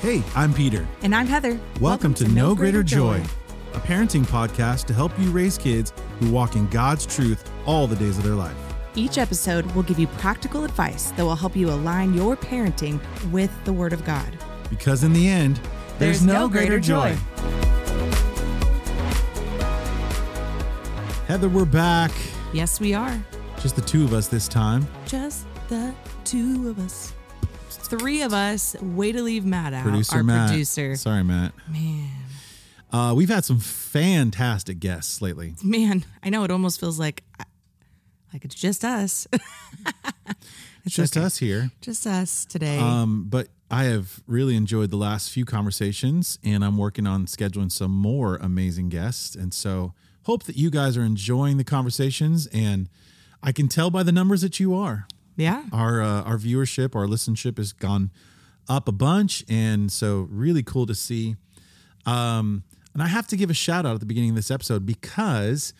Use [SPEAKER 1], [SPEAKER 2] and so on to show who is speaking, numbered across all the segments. [SPEAKER 1] Hey, I'm Peter.
[SPEAKER 2] And I'm Heather.
[SPEAKER 1] Welcome, to, No Greater, Joy, a parenting podcast to help you raise kids who walk in God's truth all the days of their life.
[SPEAKER 2] Each episode will give you practical advice that will help you align your parenting with the Word of God.
[SPEAKER 1] Because in the end, there's, no, greater, joy. Heather, we're back.
[SPEAKER 2] Yes, we are.
[SPEAKER 1] Just the two of us this time.
[SPEAKER 2] Just the two of us. Three of us. Way to leave Matt out.
[SPEAKER 1] Producer
[SPEAKER 2] our
[SPEAKER 1] Matt.
[SPEAKER 2] producer.
[SPEAKER 1] Sorry, Matt.
[SPEAKER 2] Man.
[SPEAKER 1] Uh, we've had some fantastic guests lately.
[SPEAKER 2] Man, I know it almost feels like like it's just us.
[SPEAKER 1] It's just us here.
[SPEAKER 2] just us today.
[SPEAKER 1] Um, but I have really enjoyed the last few conversations, and I'm working on scheduling some more amazing guests. And so, hope that you guys are enjoying the conversations. And I can tell by the numbers that you are.
[SPEAKER 2] yeah.
[SPEAKER 1] Our uh, our viewership, our listenership has gone up a bunch, and so really cool to see. Um, and I have to give a shout out at the beginning of this episode because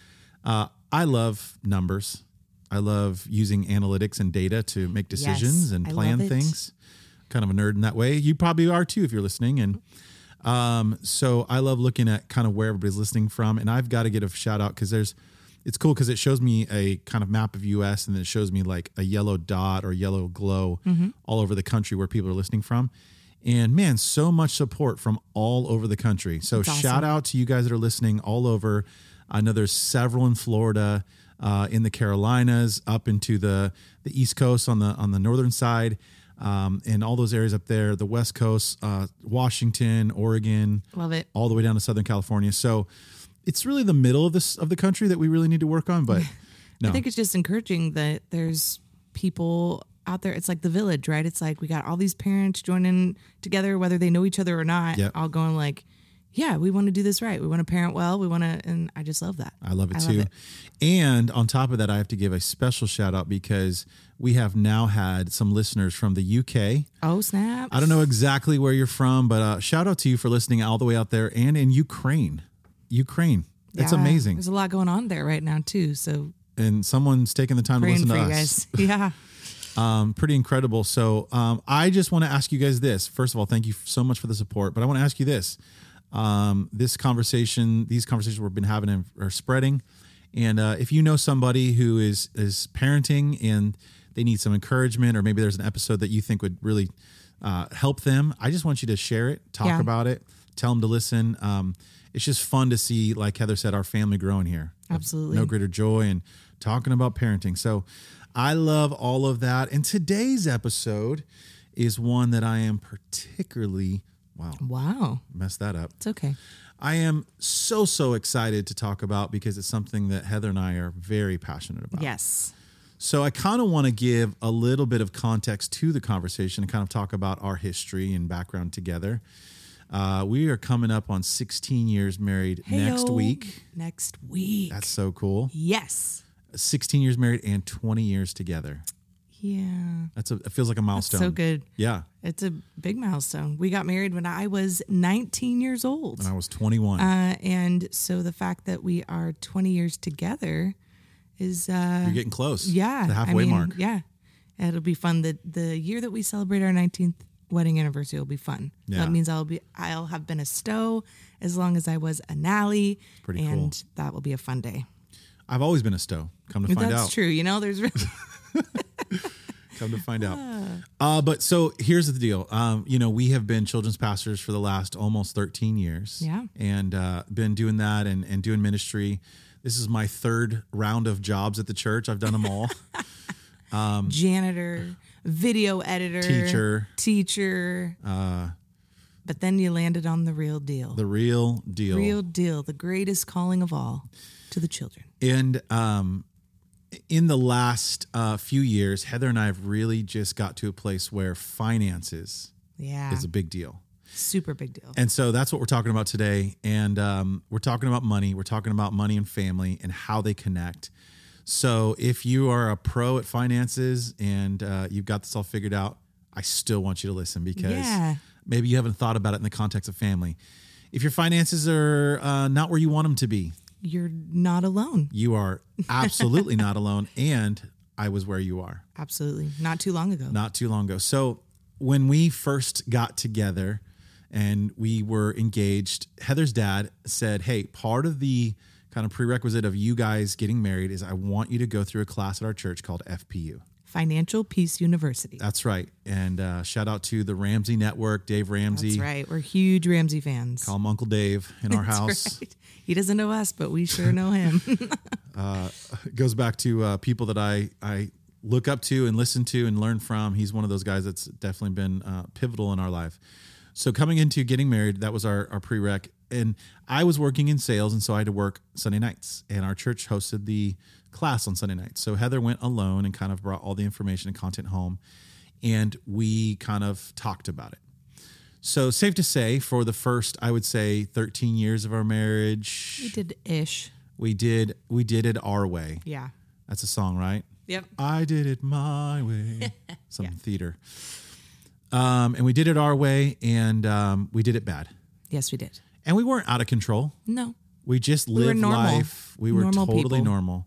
[SPEAKER 1] uh, I love numbers. I love using analytics and data to make decisions and
[SPEAKER 2] I
[SPEAKER 1] plan
[SPEAKER 2] love it.
[SPEAKER 1] things. Kind of a nerd in that way. You probably are too if you're listening. And um, so I love looking at kind of where everybody's listening from. And I've got to get a shout out because there's, it's cool because it shows me a kind of map of US and then it shows me like a yellow dot or yellow glow all over the country where people are listening from. And man, so much support from all over the country. So
[SPEAKER 2] awesome.
[SPEAKER 1] shout out to you guys that are listening all over. I know there's several in Florida, uh, in the Carolinas, up into the the East Coast on the on the northern side, um, and all those areas up there, the West Coast, uh, Washington, Oregon,
[SPEAKER 2] Love it.
[SPEAKER 1] all the way down to Southern California. So it's really the middle of this of the country that we really need to work on. But no,
[SPEAKER 2] I think it's just encouraging that there's people out there. It's like the village, right? It's like we got all these parents joining together, whether they know each other or not,
[SPEAKER 1] Yep.
[SPEAKER 2] all going like, yeah, we want to do this right. We want to parent well. We want to, and I just love that.
[SPEAKER 1] I love it too. And on top of that, I have to give a special shout out because we have now had some listeners from the UK.
[SPEAKER 2] Oh, snap.
[SPEAKER 1] I don't know exactly where you're from, but uh, shout out to you for listening all the way out there and in Ukraine. Ukraine. That's
[SPEAKER 2] Yeah.
[SPEAKER 1] amazing.
[SPEAKER 2] There's a lot going on there right now, too. So
[SPEAKER 1] And someone's taking the time to
[SPEAKER 2] praying
[SPEAKER 1] listen
[SPEAKER 2] for
[SPEAKER 1] to
[SPEAKER 2] you
[SPEAKER 1] us.
[SPEAKER 2] guys. Yeah.
[SPEAKER 1] Um, pretty incredible. So um, I just want to ask you guys this. First of all, thank you so much for the support. But I want to ask you this. Um, this conversation, these conversations we've been having and are spreading. And uh, if you know somebody who is is parenting and they need some encouragement, or maybe there's an episode that you think would really uh, help them, I just want you to share it, talk
[SPEAKER 2] Yeah.
[SPEAKER 1] about it, tell them to listen. Um, it's just fun to see, like Heather said, our family growing here
[SPEAKER 2] Absolutely.
[SPEAKER 1] no greater joy and talking about parenting. So I love all of that. And today's episode is one that I am particularly wow,
[SPEAKER 2] Wow.
[SPEAKER 1] messed that up.
[SPEAKER 2] It's okay.
[SPEAKER 1] I am so so excited to talk about because it's something that Heather and I are very passionate about.
[SPEAKER 2] Yes.
[SPEAKER 1] So I kind of want to give a little bit of context to the conversation and kind of talk about our history and background together. Uh, we are coming up on 16 years married next
[SPEAKER 2] Heyo.
[SPEAKER 1] week.
[SPEAKER 2] Next week.
[SPEAKER 1] That's so cool.
[SPEAKER 2] yes.
[SPEAKER 1] 16 years married and 20 years together.
[SPEAKER 2] Yeah.
[SPEAKER 1] That's a, it feels like a milestone.
[SPEAKER 2] So good.
[SPEAKER 1] Yeah.
[SPEAKER 2] It's a big milestone. We got married when I was 19 years old.
[SPEAKER 1] When I was 21.
[SPEAKER 2] Uh, and so the fact that we are 20 years together is, uh,
[SPEAKER 1] You're getting close.
[SPEAKER 2] yeah.
[SPEAKER 1] The
[SPEAKER 2] I
[SPEAKER 1] halfway
[SPEAKER 2] mean,
[SPEAKER 1] mark.
[SPEAKER 2] Yeah. It'll be fun. The, the year that we celebrate our 19th wedding anniversary will be fun.
[SPEAKER 1] Yeah.
[SPEAKER 2] That means I'll be, I'll have been a Stowe as long as I was a Nally.
[SPEAKER 1] Pretty cool.
[SPEAKER 2] and that will be a fun day.
[SPEAKER 1] I've always been a Stowe. Come to find
[SPEAKER 2] That's
[SPEAKER 1] out.
[SPEAKER 2] true. You know, there's,
[SPEAKER 1] Come to find out. Uh, but so here's the deal. Um, you know, we have been children's pastors for the last almost 13 years.
[SPEAKER 2] Yeah.
[SPEAKER 1] And uh, been doing that and, and doing ministry. This is my third round of jobs at the church. I've done them all.
[SPEAKER 2] janitor, video editor,
[SPEAKER 1] Teacher. Uh,
[SPEAKER 2] teacher. but then you landed on the real deal.
[SPEAKER 1] the real deal.
[SPEAKER 2] real deal, the greatest calling of all to the children.
[SPEAKER 1] And um, in the last uh, few years, Heather and I have really just got to a place where finances
[SPEAKER 2] Yeah.
[SPEAKER 1] is a big deal.
[SPEAKER 2] super big deal.
[SPEAKER 1] And so that's what we're talking about today. And um, we're talking about money. We're talking about money and family and how they connect. So if you are a pro at finances and uh, you've got this all figured out, I still want you to listen because
[SPEAKER 2] Yeah.
[SPEAKER 1] maybe you haven't thought about it in the context of family. If your finances are uh, not where you want them to be,
[SPEAKER 2] You're not alone.
[SPEAKER 1] you are absolutely not alone. And I was where you are
[SPEAKER 2] Absolutely. Not too long ago.
[SPEAKER 1] not too long ago. So when we first got together, and we were engaged. Heather's dad said, Hey, part of the kind of prerequisite of you guys getting married is I want you to go through a class at our church called FPU.
[SPEAKER 2] Financial Peace University.
[SPEAKER 1] That's right. And uh, shout out to the Ramsey Network, Dave Ramsey.
[SPEAKER 2] That's right. We're huge Ramsey fans.
[SPEAKER 1] Call him Uncle Dave in our house.
[SPEAKER 2] Right. He doesn't know us, but we sure know him.
[SPEAKER 1] It goes back to uh, people that I, I look up to and listen to and learn from. He's one of those guys that's definitely been uh, pivotal in our life. So coming into getting married, that was our, our prereq. And I was working in sales, and so I had to work Sunday nights. And our church hosted the class on Sunday nights. So Heather went alone and kind of brought all the information and content home. And we kind of talked about it. So safe to say, for the first, I would say, 13 years of our marriage,
[SPEAKER 2] we did ish.
[SPEAKER 1] we did we did it our way.
[SPEAKER 2] Yeah.
[SPEAKER 1] That's a song, right?
[SPEAKER 2] Yep.
[SPEAKER 1] I did it my way. Some theater. Um, and we did it our way, and um, we did it bad.
[SPEAKER 2] Yes, we did.
[SPEAKER 1] And we weren't out of control.
[SPEAKER 2] No.
[SPEAKER 1] We just
[SPEAKER 2] were
[SPEAKER 1] lived
[SPEAKER 2] normal.
[SPEAKER 1] life. We were
[SPEAKER 2] Normal
[SPEAKER 1] totally
[SPEAKER 2] people.
[SPEAKER 1] normal,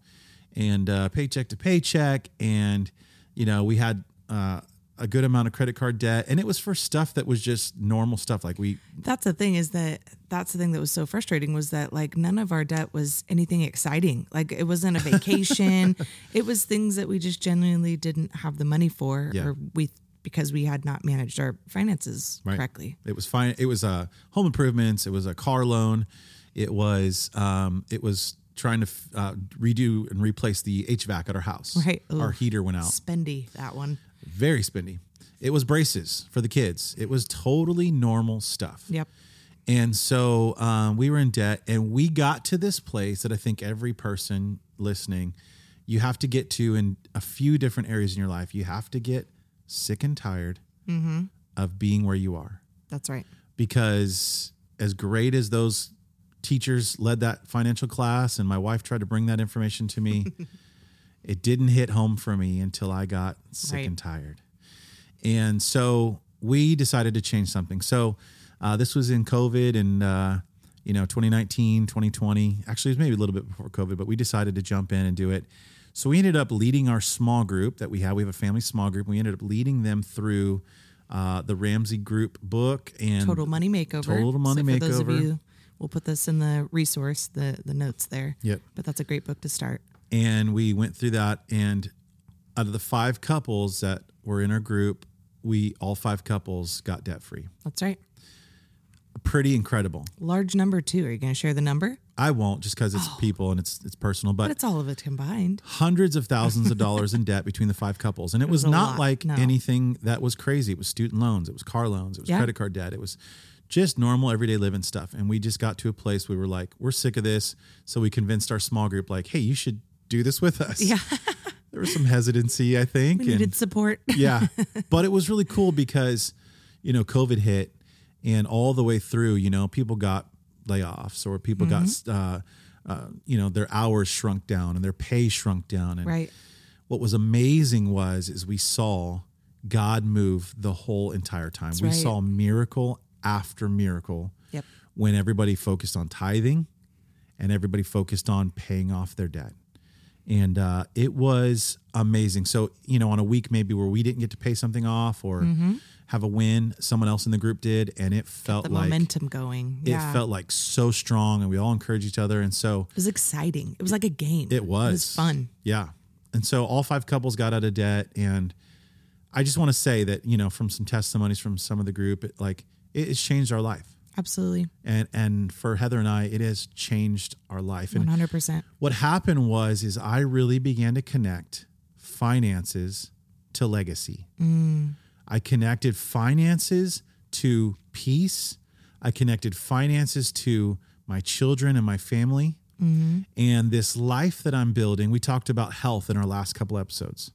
[SPEAKER 1] and uh, paycheck to paycheck, and you know we had uh, a good amount of credit card debt, and it was for stuff that was just normal stuff. Like we,
[SPEAKER 2] That's the thing is that that's the thing that was so frustrating was that like none of our debt was anything exciting. Like it wasn't a vacation. it was things that we just genuinely didn't have the money for
[SPEAKER 1] Yeah.
[SPEAKER 2] or we because we had not managed our finances
[SPEAKER 1] Right.
[SPEAKER 2] correctly.
[SPEAKER 1] it was fine. It was uh, home improvements. It was a car loan. It was um, it was trying to f- uh, redo and replace the HVAC at our house.
[SPEAKER 2] Right.
[SPEAKER 1] our
[SPEAKER 2] Oof.
[SPEAKER 1] heater went out.
[SPEAKER 2] Spendy that one.
[SPEAKER 1] Very spendy. It was braces for the kids. It was totally normal stuff.
[SPEAKER 2] Yep.
[SPEAKER 1] And so um, we were in debt, and we got to this place that I think every person listening, you have to get to in a few different areas in your life. You have to get sick and tired of being where you are,
[SPEAKER 2] That's right.
[SPEAKER 1] because as great as those teachers led that financial class, and my wife tried to bring that information to me, it didn't hit home for me until I got sick
[SPEAKER 2] Right.
[SPEAKER 1] and tired. And so we decided to change something. So uh, this was in COVID and, uh, you know, 2019, 2020. Actually, it was maybe a little bit before COVID, but we decided to jump in and do it. So we ended up leading our small group that we have. We have a family small group. We ended up leading them through uh, the Ramsey Group book and
[SPEAKER 2] Total money makeover.
[SPEAKER 1] Total Money
[SPEAKER 2] so For those of
[SPEAKER 1] Makeover.
[SPEAKER 2] you, we'll put this in the resource, the the notes there.
[SPEAKER 1] Yep.
[SPEAKER 2] But that's a great book to start.
[SPEAKER 1] and we went through that and out of the five couples that were in our group we all five couples got debt free
[SPEAKER 2] That's right.
[SPEAKER 1] pretty incredible
[SPEAKER 2] Large number too. Are you going to share the number?
[SPEAKER 1] i won't just because it's people and it's it's personal
[SPEAKER 2] But
[SPEAKER 1] but
[SPEAKER 2] it's all of it combined.
[SPEAKER 1] hundreds of thousands of dollars in debt between the five couples and it was,
[SPEAKER 2] was a
[SPEAKER 1] not
[SPEAKER 2] lot,
[SPEAKER 1] like
[SPEAKER 2] no.
[SPEAKER 1] anything that was crazy it was student loans it was car loans it was
[SPEAKER 2] Yeah.
[SPEAKER 1] credit card debt it was just normal everyday living stuff and we just got to a place we were like we're sick of this so we convinced our small group like hey you should do this with us
[SPEAKER 2] Yeah.
[SPEAKER 1] there was some hesitancy i think
[SPEAKER 2] We needed support.
[SPEAKER 1] yeah but it was really cool because you know covid hit and all the way through you know people got layoffs or people
[SPEAKER 2] Mm-hmm.
[SPEAKER 1] got uh, uh, you know their hours shrunk down and their pay shrunk down and
[SPEAKER 2] Right.
[SPEAKER 1] what was amazing was is we saw god move the whole entire time we
[SPEAKER 2] right.
[SPEAKER 1] saw miracle after miracle
[SPEAKER 2] Yep.
[SPEAKER 1] when everybody focused on tithing and everybody focused on paying off their debt. And uh, it was amazing. So, you know, on a week maybe where we didn't get to pay something off or have a win, someone else in the group did. And it felt
[SPEAKER 2] Mm-hmm. The
[SPEAKER 1] like
[SPEAKER 2] momentum going.
[SPEAKER 1] it
[SPEAKER 2] Yeah.
[SPEAKER 1] felt like so strong and we all encouraged each other. And so
[SPEAKER 2] it was exciting. It was like a game.
[SPEAKER 1] it was,
[SPEAKER 2] It was fun.
[SPEAKER 1] Yeah. And so all five couples got out of debt. And I just want to say that, you know, from some testimonies from some of the group, it, like it has changed our life
[SPEAKER 2] Absolutely.
[SPEAKER 1] and and for Heather and I, it has changed our life. And
[SPEAKER 2] 100%.
[SPEAKER 1] what happened was is I really began to connect finances to legacy. I connected finances to peace. I connected finances to my children and my family. And this life that I'm building, we talked about health in our last couple episodes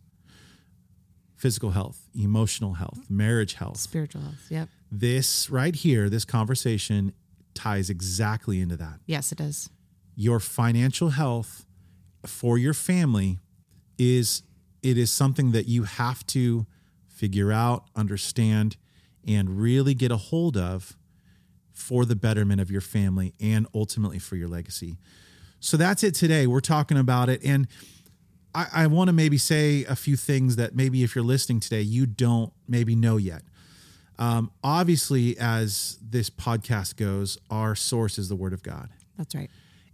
[SPEAKER 1] physical health, emotional health, marriage health
[SPEAKER 2] Spiritual health. Yep.
[SPEAKER 1] this right here, this conversation ties exactly into that.
[SPEAKER 2] Yes, it does.
[SPEAKER 1] Your financial health for your family is it is something that you have to figure out, understand and really get a hold of for the betterment of your family and ultimately for your legacy. So that's it today. We're talking about it and I, I want to maybe say a few things that maybe if you're listening today, you don't maybe know yet Um, obviously, as this podcast goes, our source is the Word of God.
[SPEAKER 2] That's right.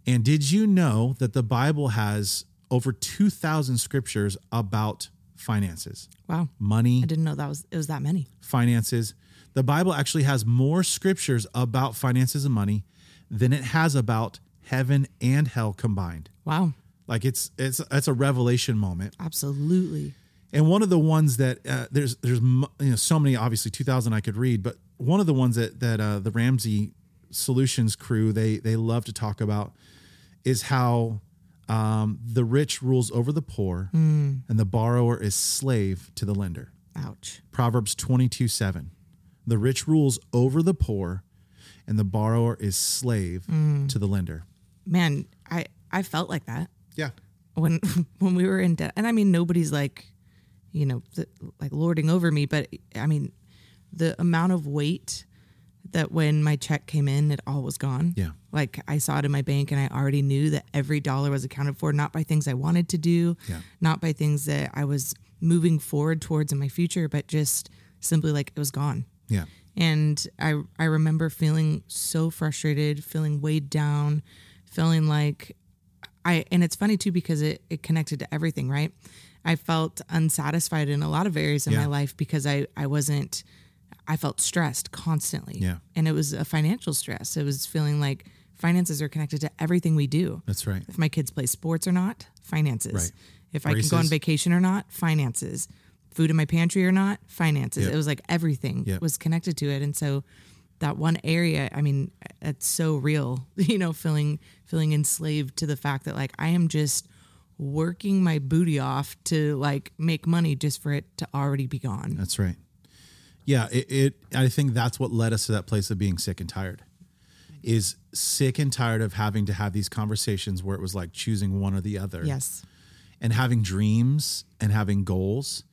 [SPEAKER 1] And did you know that the Bible has over 2,000 scriptures about finances,
[SPEAKER 2] Wow.
[SPEAKER 1] money,
[SPEAKER 2] I didn't know that was it was that many.
[SPEAKER 1] finances? The Bible actually has more scriptures about finances and money than it has about heaven and hell combined.
[SPEAKER 2] Wow.
[SPEAKER 1] Like it's it's it's a revelation moment.
[SPEAKER 2] Absolutely.
[SPEAKER 1] And one of the ones that uh, there's there's mu- you know so many obviously 2000 I could read, but one of the ones that that uh, the Ramsey Solutions crew they they love to talk about is how um, the rich rules over the poor and the borrower is slave to the lender.
[SPEAKER 2] Ouch.
[SPEAKER 1] Proverbs 22 7. The rich rules over the poor and the borrower is slave to the lender.
[SPEAKER 2] Man, I I felt like that
[SPEAKER 1] Yeah.
[SPEAKER 2] when when we were in debt. And I mean nobody's like, you know, th- like lording over me, but I mean the amount of weight that when my check came in, it all was gone.
[SPEAKER 1] Yeah.
[SPEAKER 2] Like I saw it in my bank and I already knew that every dollar was accounted for, not by things I wanted to do,
[SPEAKER 1] Yeah.
[SPEAKER 2] not by things that I was moving forward towards in my future, but just simply like it was gone.
[SPEAKER 1] Yeah.
[SPEAKER 2] And I I remember feeling so frustrated, feeling weighed down, feeling like I and it's funny too because it, it connected to everything, right? I felt unsatisfied in a lot of areas in
[SPEAKER 1] Yeah.
[SPEAKER 2] my life because I I wasn't I felt stressed constantly.
[SPEAKER 1] Yeah.
[SPEAKER 2] And it was a financial stress. It was feeling like finances are connected to everything we do.
[SPEAKER 1] That's right.
[SPEAKER 2] If my kids play sports or not, finances.
[SPEAKER 1] Right.
[SPEAKER 2] If I can go on
[SPEAKER 1] Races.
[SPEAKER 2] vacation or not, finances. Food in my pantry or not, finances.
[SPEAKER 1] Yep.
[SPEAKER 2] It was like everything
[SPEAKER 1] Yep.
[SPEAKER 2] was connected to it, and so that one area. I mean, it's so real. You know, feeling feeling enslaved to the fact that like I am just working my booty off to like make money just for it to already be gone.
[SPEAKER 1] That's right. Yeah, it, it. I think that's what led us to that place of being sick and tired. Is sick and tired of having to have these conversations where it was like choosing one or the other.
[SPEAKER 2] Yes.
[SPEAKER 1] And having dreams and having goals.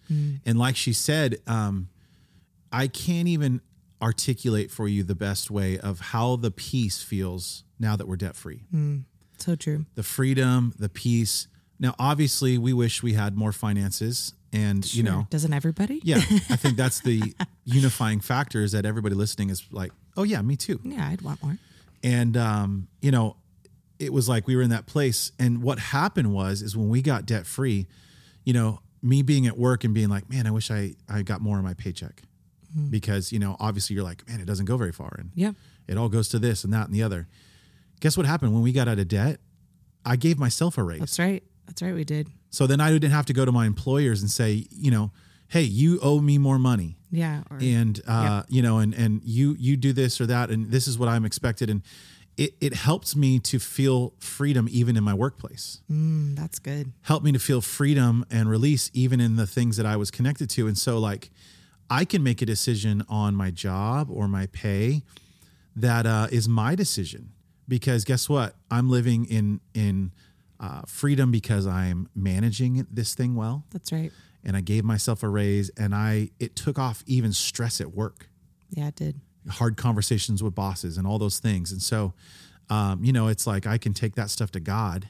[SPEAKER 1] And like she said, um, I can't even articulate for you the best way of how the peace feels now that we're debt free
[SPEAKER 2] So true.
[SPEAKER 1] the freedom, the peace. Now, obviously, we wish we had more finances and, you know,
[SPEAKER 2] Doesn't everybody?
[SPEAKER 1] yeah, I think that's the unifying factor is that everybody listening is like, oh yeah, me too.
[SPEAKER 2] Yeah, I'd want more.
[SPEAKER 1] And um, you know, it was like we were in that place. And what happened was is when we got debt free, you know, me being at work and being like, man, I wish I I got more of my paycheck because you know, obviously you're like, man, it doesn't go very far, and
[SPEAKER 2] Yeah.
[SPEAKER 1] it all goes to this and that and the other. Guess what happened when we got out of debt? I gave myself a raise.
[SPEAKER 2] That's right. That's right. We did.
[SPEAKER 1] So then I didn't have to go to my employers and say, you know, hey, you owe me more money
[SPEAKER 2] Yeah. Or,
[SPEAKER 1] and uh, you know, and and you you do this or that, and this is what I'm expected, and it it helps me to feel freedom even in my workplace.
[SPEAKER 2] Mm, that's good.
[SPEAKER 1] Helped me to feel freedom and release even in the things that I was connected to, and so like I can make a decision on my job or my pay that uh, is my decision because guess what? I'm living in in uh, freedom because I'm managing this thing well,
[SPEAKER 2] That's right.
[SPEAKER 1] and I gave myself a raise, and I it took off even stress at work
[SPEAKER 2] Yeah, it did.
[SPEAKER 1] hard conversations with bosses and all those things. And so, um, you know, it's like I can take that stuff to God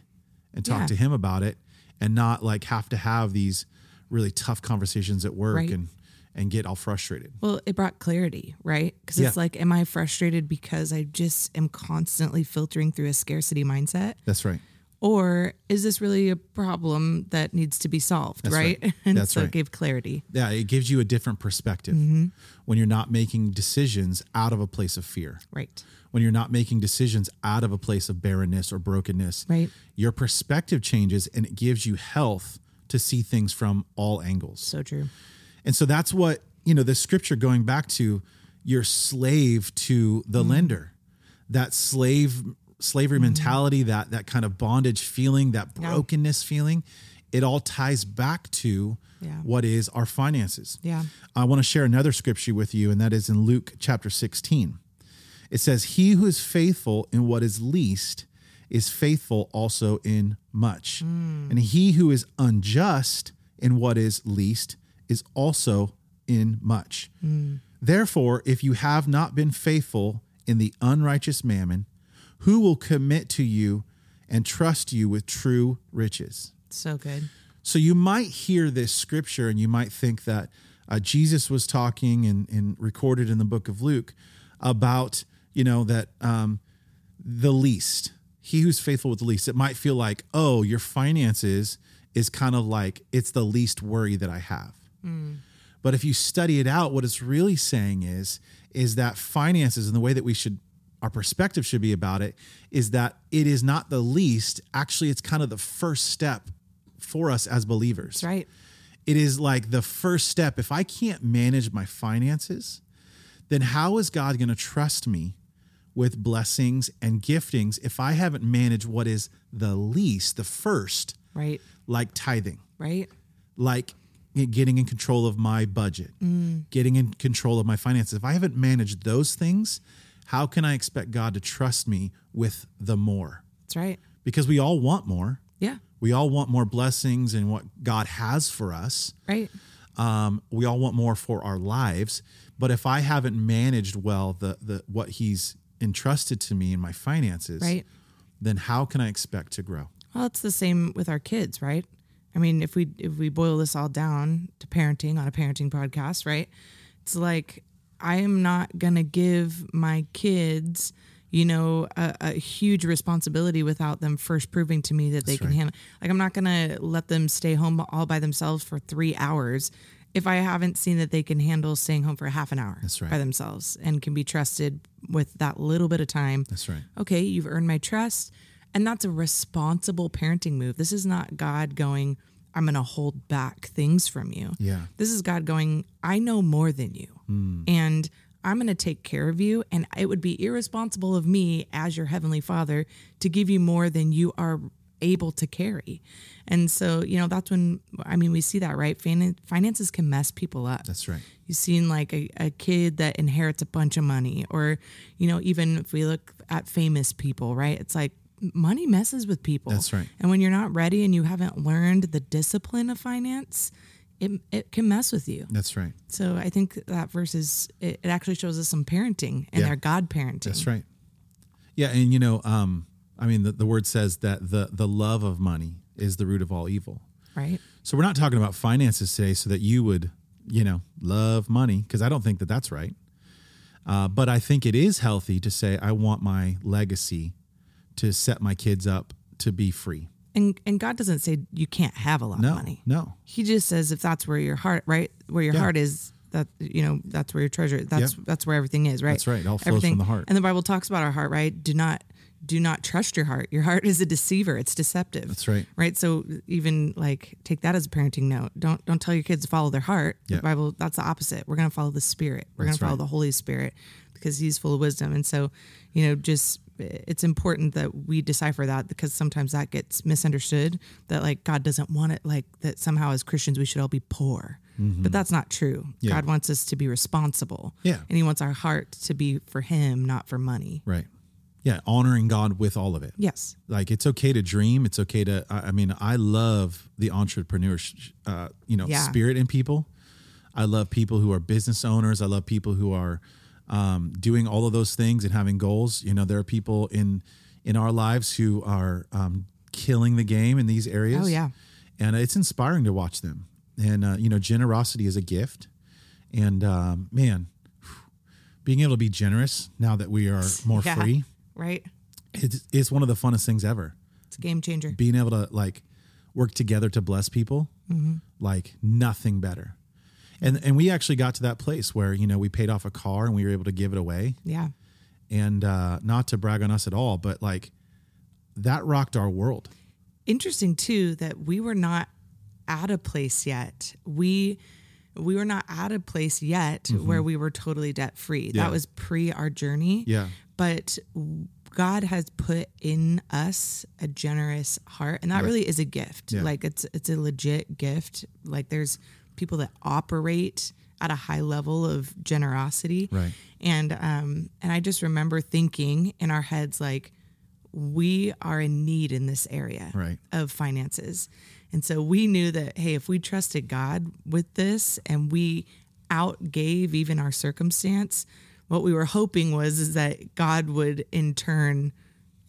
[SPEAKER 1] and talk
[SPEAKER 2] Yeah.
[SPEAKER 1] to Him about it, and not like have to have these really tough conversations at work
[SPEAKER 2] Right.
[SPEAKER 1] and and get all frustrated.
[SPEAKER 2] Well, it brought clarity, right? Because it's
[SPEAKER 1] Yeah.
[SPEAKER 2] like, am I frustrated because I just am constantly filtering through a scarcity mindset?
[SPEAKER 1] That's right.
[SPEAKER 2] Or is this really a problem that needs to be solved, right?
[SPEAKER 1] right.
[SPEAKER 2] and
[SPEAKER 1] That's
[SPEAKER 2] so
[SPEAKER 1] right.
[SPEAKER 2] it gave clarity.
[SPEAKER 1] Yeah, it gives you a different perspective
[SPEAKER 2] Mm-hmm.
[SPEAKER 1] when you're not making decisions out of a place of fear.
[SPEAKER 2] Right.
[SPEAKER 1] When you're not making decisions out of a place of barrenness or brokenness,
[SPEAKER 2] Right.
[SPEAKER 1] your perspective changes and it gives you health to see things from all angles.
[SPEAKER 2] So true.
[SPEAKER 1] And so that's what, you know, the scripture going back to you're slave to the
[SPEAKER 2] Mm-hmm.
[SPEAKER 1] lender. That slave slavery mentality, that that kind of bondage feeling, that brokenness feeling, it all ties back to
[SPEAKER 2] Yeah.
[SPEAKER 1] what is our finances.
[SPEAKER 2] Yeah.
[SPEAKER 1] I want to share another scripture with you, and that is in Luke chapter 16. It says, He who is faithful in what is least is faithful also in much. And he who is unjust in what is least is also in much. Therefore, if you have not been faithful in the unrighteous mammon, who will commit to you and trust you with true riches?
[SPEAKER 2] So good.
[SPEAKER 1] So you might hear this scripture and you might think that uh, Jesus was talking and, and recorded in the book of Luke about, you know, that um, the least, he who's faithful with the least, it might feel like, oh, your finances is kind of like, it's the least worry that I have. But if you study it out, what it's really saying is, is that finances and the way that we should, our perspective should be about it, is that it is not the least. Actually, it's kind of the first step for us as believers
[SPEAKER 2] That's right.
[SPEAKER 1] it is like the first step. If I can't manage my finances, then how is God going to trust me with blessings and giftings if I haven't managed what is the least, the first,
[SPEAKER 2] Right.
[SPEAKER 1] like tithing,
[SPEAKER 2] Right.
[SPEAKER 1] like getting in control of my budget, getting in control of my finances? If I haven't managed those things, how can I expect God to trust me with the more?
[SPEAKER 2] That's right.
[SPEAKER 1] Because we all want more.
[SPEAKER 2] Yeah.
[SPEAKER 1] We all want more blessings and what God has for us.
[SPEAKER 2] Right.
[SPEAKER 1] Um, we all want more for our lives, but if I haven't managed well the the what He's entrusted to me in my finances,
[SPEAKER 2] Right.
[SPEAKER 1] then how can I expect to grow?
[SPEAKER 2] Well, it's the same with our kids, right? I mean, if we if we boil this all down to parenting on a parenting podcast, right? It's like I am not gonna give my kids, you know, a, a huge responsibility without them first proving to me that they can handle. Like, I'm not gonna let them stay home all by themselves for three hours if I haven't seen that they can handle staying home for half an hour
[SPEAKER 1] That's right.
[SPEAKER 2] by themselves and can be trusted with that little bit of time
[SPEAKER 1] That's right.
[SPEAKER 2] okay, you've earned my trust. And that's a responsible parenting move. This is not God going, I'm going to hold back things from you.
[SPEAKER 1] Yeah.
[SPEAKER 2] This is God going, I know more than you. And I'm going to take care of you. And it would be irresponsible of me as your heavenly father to give you more than you are able to carry. And so, you know, that's when, I mean, we see that, right? Finan- Finances can mess people up.
[SPEAKER 1] That's right.
[SPEAKER 2] You've seen like a, a kid that inherits a bunch of money, or, you know, even if we look at famous people, right? It's like money messes with people.
[SPEAKER 1] That's right.
[SPEAKER 2] And when you're not ready and you haven't learned the discipline of finance, it, it can mess with you.
[SPEAKER 1] That's right.
[SPEAKER 2] So I think that verse is, it, it actually shows us some parenting and
[SPEAKER 1] Yeah.
[SPEAKER 2] their God parenting.
[SPEAKER 1] That's right. Yeah, and you know, um, I mean, the, the word says that the the love of money is the root of all evil.
[SPEAKER 2] right.
[SPEAKER 1] So we're not talking about finances today, so that you would, you know, love money because I don't think that that's right. Uh, but I think it is healthy to say I want my legacy to set my kids up to be free.
[SPEAKER 2] And, and God doesn't say you can't have a lot
[SPEAKER 1] No,
[SPEAKER 2] of money.
[SPEAKER 1] no,
[SPEAKER 2] He just says if that's where your heart, right, where your heart is, that you know, that's where your treasure. That's that's where everything is, right?
[SPEAKER 1] That's right. It all flows from the heart.
[SPEAKER 2] And the Bible talks about our heart, right? Do not do not trust your heart. Your heart is a deceiver. It's deceptive.
[SPEAKER 1] That's right.
[SPEAKER 2] Right. So even like take that as a parenting note. Don't don't tell your kids to follow their heart.
[SPEAKER 1] Yeah.
[SPEAKER 2] The Bible that's the opposite. We're gonna follow the Spirit. We're
[SPEAKER 1] That's
[SPEAKER 2] gonna follow
[SPEAKER 1] right.
[SPEAKER 2] the Holy Spirit because He's full of wisdom. And so, you know, just it's important that we decipher that because sometimes that gets misunderstood that like God doesn't want it like that somehow as Christians we should all be poor. But that's not true.
[SPEAKER 1] Mm-hmm. Yeah.
[SPEAKER 2] God wants us to be responsible.
[SPEAKER 1] Yeah.
[SPEAKER 2] And he wants our heart to be for him, not for money.
[SPEAKER 1] right. Yeah, honoring God with all of it.
[SPEAKER 2] Yes.
[SPEAKER 1] Like it's okay to dream. It's okay to. I, I mean, I love the entrepreneur, sh- uh, you know,
[SPEAKER 2] Yeah.
[SPEAKER 1] spirit in people. I love people who are business owners. I love people who are um, doing all of those things and having goals. You know, there are people in in our lives who are um, killing the game in these areas.
[SPEAKER 2] Oh, yeah.
[SPEAKER 1] and it's inspiring to watch them. And uh, you know, generosity is a gift. And um, man, being able to be generous now that we are more
[SPEAKER 2] Yeah.
[SPEAKER 1] free,
[SPEAKER 2] Right?
[SPEAKER 1] it's, it's one of the funnest things ever
[SPEAKER 2] It's a game changer.
[SPEAKER 1] being able to like work together to bless people like nothing better and and we actually got to that place where you know we paid off a car and we were able to give it away
[SPEAKER 2] Yeah.
[SPEAKER 1] and uh not to brag on us at all but like that rocked our world
[SPEAKER 2] interesting too that we were not at a place yet. We we were not at a place yet where we were totally debt free.
[SPEAKER 1] Mm-hmm. Yeah.
[SPEAKER 2] That was pre our journey.
[SPEAKER 1] Yeah.
[SPEAKER 2] But w- God has put in us a generous heart and that really is a gift.
[SPEAKER 1] Yeah.
[SPEAKER 2] Like it's it's a legit gift. Like there's people that operate at a high level of generosity
[SPEAKER 1] Right.
[SPEAKER 2] and um and i just remember thinking in our heads like we are in need in this area
[SPEAKER 1] Right.
[SPEAKER 2] of finances and so we knew that hey if we trusted god with this and we outgave even our circumstance what we were hoping was is that god would in turn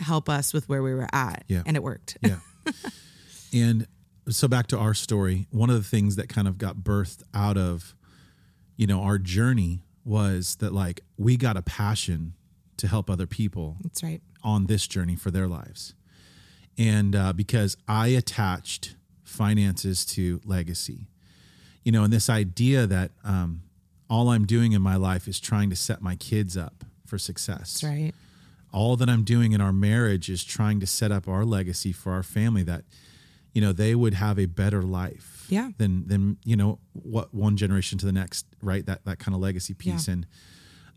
[SPEAKER 2] help us with where we were at
[SPEAKER 1] Yeah.
[SPEAKER 2] and it worked
[SPEAKER 1] yeah and so back to our story one of the things that kind of got birthed out of you know, our journey was that like we got a passion to help other people
[SPEAKER 2] That's right.
[SPEAKER 1] on this journey for their lives. And uh, because I attached finances to legacy, you know, and this idea that um, all I'm doing in my life is trying to set my kids up for success.
[SPEAKER 2] That's right.
[SPEAKER 1] All that I'm doing in our marriage is trying to set up our legacy for our family that, you know, they would have a better life
[SPEAKER 2] Yeah.
[SPEAKER 1] than, than, you know, what one generation to the next, right? That, that kind of legacy piece. And,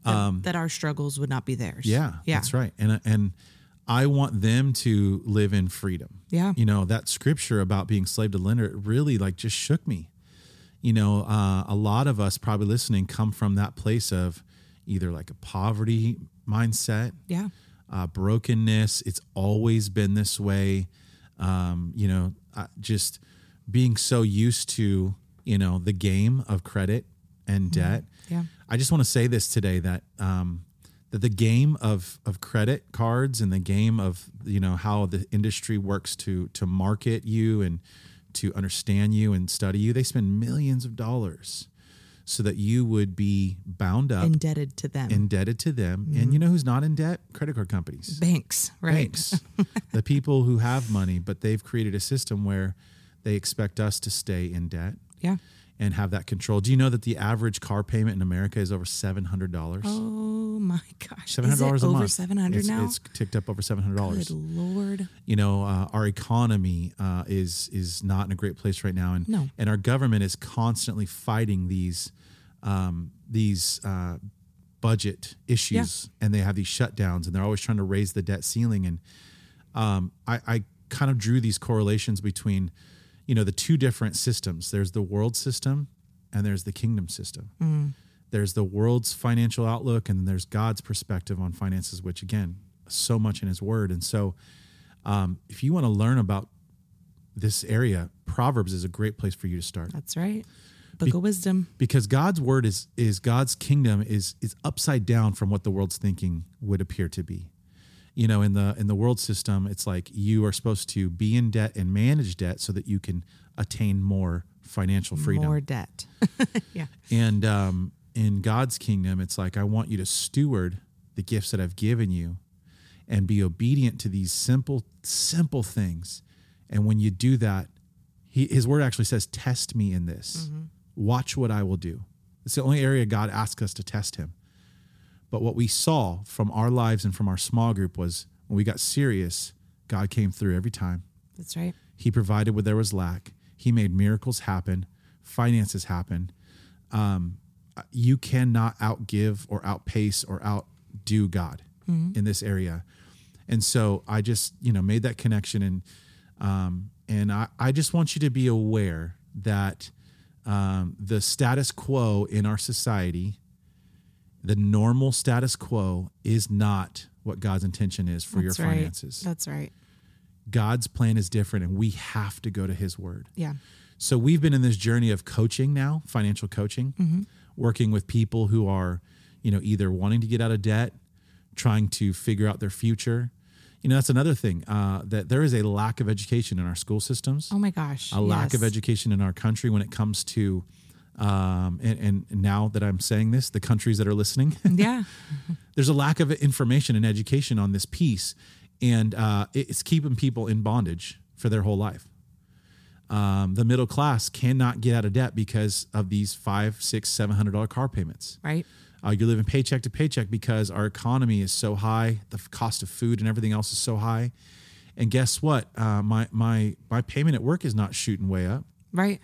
[SPEAKER 2] That, that our struggles would not be theirs.
[SPEAKER 1] Um, yeah,
[SPEAKER 2] Yeah.
[SPEAKER 1] that's right. And and I want them to live in freedom.
[SPEAKER 2] Yeah.
[SPEAKER 1] you know that scripture about being slave to lender. It really like just shook me. You know, uh, a lot of us probably listening come from that place of either like a poverty mindset,
[SPEAKER 2] Yeah.
[SPEAKER 1] uh, brokenness. It's always been this way. Um, you know, I, just being so used to you know the game of credit and debt.
[SPEAKER 2] Yeah.
[SPEAKER 1] I just want to say this today that um, that the game of of credit cards and the game of you know how the industry works to to market you and to understand you and study you, they spend millions of dollars so that you would be bound up
[SPEAKER 2] Indebted to them.
[SPEAKER 1] indebted to them. And you know who's not in debt? Credit card companies.
[SPEAKER 2] Banks, right?
[SPEAKER 1] Banks. the people who have money, but they've created a system where they expect us to stay in debt
[SPEAKER 2] Yeah.
[SPEAKER 1] and have that control. Do you know that the average car payment in America is over seven hundred dollars?
[SPEAKER 2] Oh my gosh.
[SPEAKER 1] Seven hundred dollars
[SPEAKER 2] Is
[SPEAKER 1] a
[SPEAKER 2] it over
[SPEAKER 1] month.
[SPEAKER 2] seven hundred
[SPEAKER 1] It's-
[SPEAKER 2] now?
[SPEAKER 1] It's ticked up over seven hundred
[SPEAKER 2] Good
[SPEAKER 1] dollars.
[SPEAKER 2] lord.
[SPEAKER 1] You know, uh, our economy uh, is is not in a great place right now, and
[SPEAKER 2] No.
[SPEAKER 1] and our government is constantly fighting these um, these uh, budget issues, and they have these shutdowns, and they're always trying to raise the debt ceiling. And um, I, I kind of drew these correlations between, you know, the two different systems. There's the world system, and there's the kingdom system there's the world's financial outlook and then there's god's perspective on finances which again so much in his word and so um, if you want to learn about this area proverbs is a great place for you to start
[SPEAKER 2] That's right. Book of Wisdom.
[SPEAKER 1] because god's word is is god's kingdom is is upside down from what the world's thinking would appear to be you know in the in the world system it's like you are supposed to be in debt and manage debt so that you can attain more financial freedom
[SPEAKER 2] More debt. yeah.
[SPEAKER 1] and um, in God's kingdom, it's like, I want you to steward the gifts that I've given you and be obedient to these simple, simple things. And when you do that, he, his word actually says, Test me in this. Watch what I will do. It's the only area God asks us to test him. But what we saw from our lives and from our small group was when we got serious, God came through every time.
[SPEAKER 2] That's right.
[SPEAKER 1] He provided where there was lack. He made miracles happen, finances happen. Um, you cannot outgive or outpace or outdo God
[SPEAKER 2] Mm-hmm.
[SPEAKER 1] in this area. And so I just, you know, made that connection and um, and I, I just want you to be aware that um, the status quo in our society, the normal status quo is not what God's intention is for
[SPEAKER 2] That's
[SPEAKER 1] your
[SPEAKER 2] right.
[SPEAKER 1] finances.
[SPEAKER 2] That's right.
[SPEAKER 1] God's plan is different and we have to go to his word.
[SPEAKER 2] Yeah.
[SPEAKER 1] So we've been in this journey of coaching now, financial coaching,
[SPEAKER 2] Mm-hmm.
[SPEAKER 1] working with people who are, you know, either wanting to get out of debt, trying to figure out their future. You know, that's another thing uh, that there is a lack of education in our school systems
[SPEAKER 2] Oh my gosh.
[SPEAKER 1] a lack of
[SPEAKER 2] yes.
[SPEAKER 1] education in our country when it comes to um, and, and now that i'm saying this the countries that are listening
[SPEAKER 2] Yeah.
[SPEAKER 1] there's a lack of information and education on this piece and uh, it- it's keeping people in bondage for their whole life um, the middle class cannot get out of debt because of these five six seven hundred dollar car payments
[SPEAKER 2] Right.
[SPEAKER 1] uh, you're living paycheck to paycheck because our economy is so high, the f- cost of food and everything else is so high. And guess what? Uh, my my my payment at work is not shooting way up.
[SPEAKER 2] Right.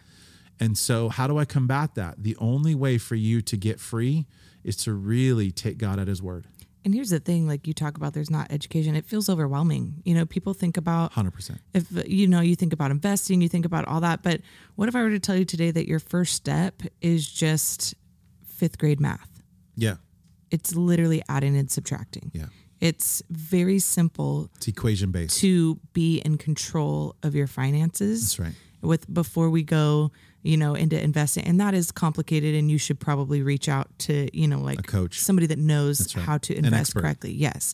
[SPEAKER 1] And so, how do I combat that? The only way for you to get free is to really take God at His word.
[SPEAKER 2] And here's the thing, like you talk about, there's not education. It feels overwhelming. You know, people think about
[SPEAKER 1] Hundred percent.
[SPEAKER 2] if you know you think about investing you think about all that but what if i were to tell you today that your first step is just fifth grade math
[SPEAKER 1] Yeah,
[SPEAKER 2] it's literally adding and subtracting
[SPEAKER 1] yeah.
[SPEAKER 2] it's very simple
[SPEAKER 1] It's equation based.
[SPEAKER 2] to be in control of your finances
[SPEAKER 1] That's right.
[SPEAKER 2] with before we go you know into investing and that is complicated and you should probably reach out to you know like a
[SPEAKER 1] coach.
[SPEAKER 2] somebody that knows
[SPEAKER 1] right.
[SPEAKER 2] how to
[SPEAKER 1] An
[SPEAKER 2] invest
[SPEAKER 1] expert.
[SPEAKER 2] correctly yes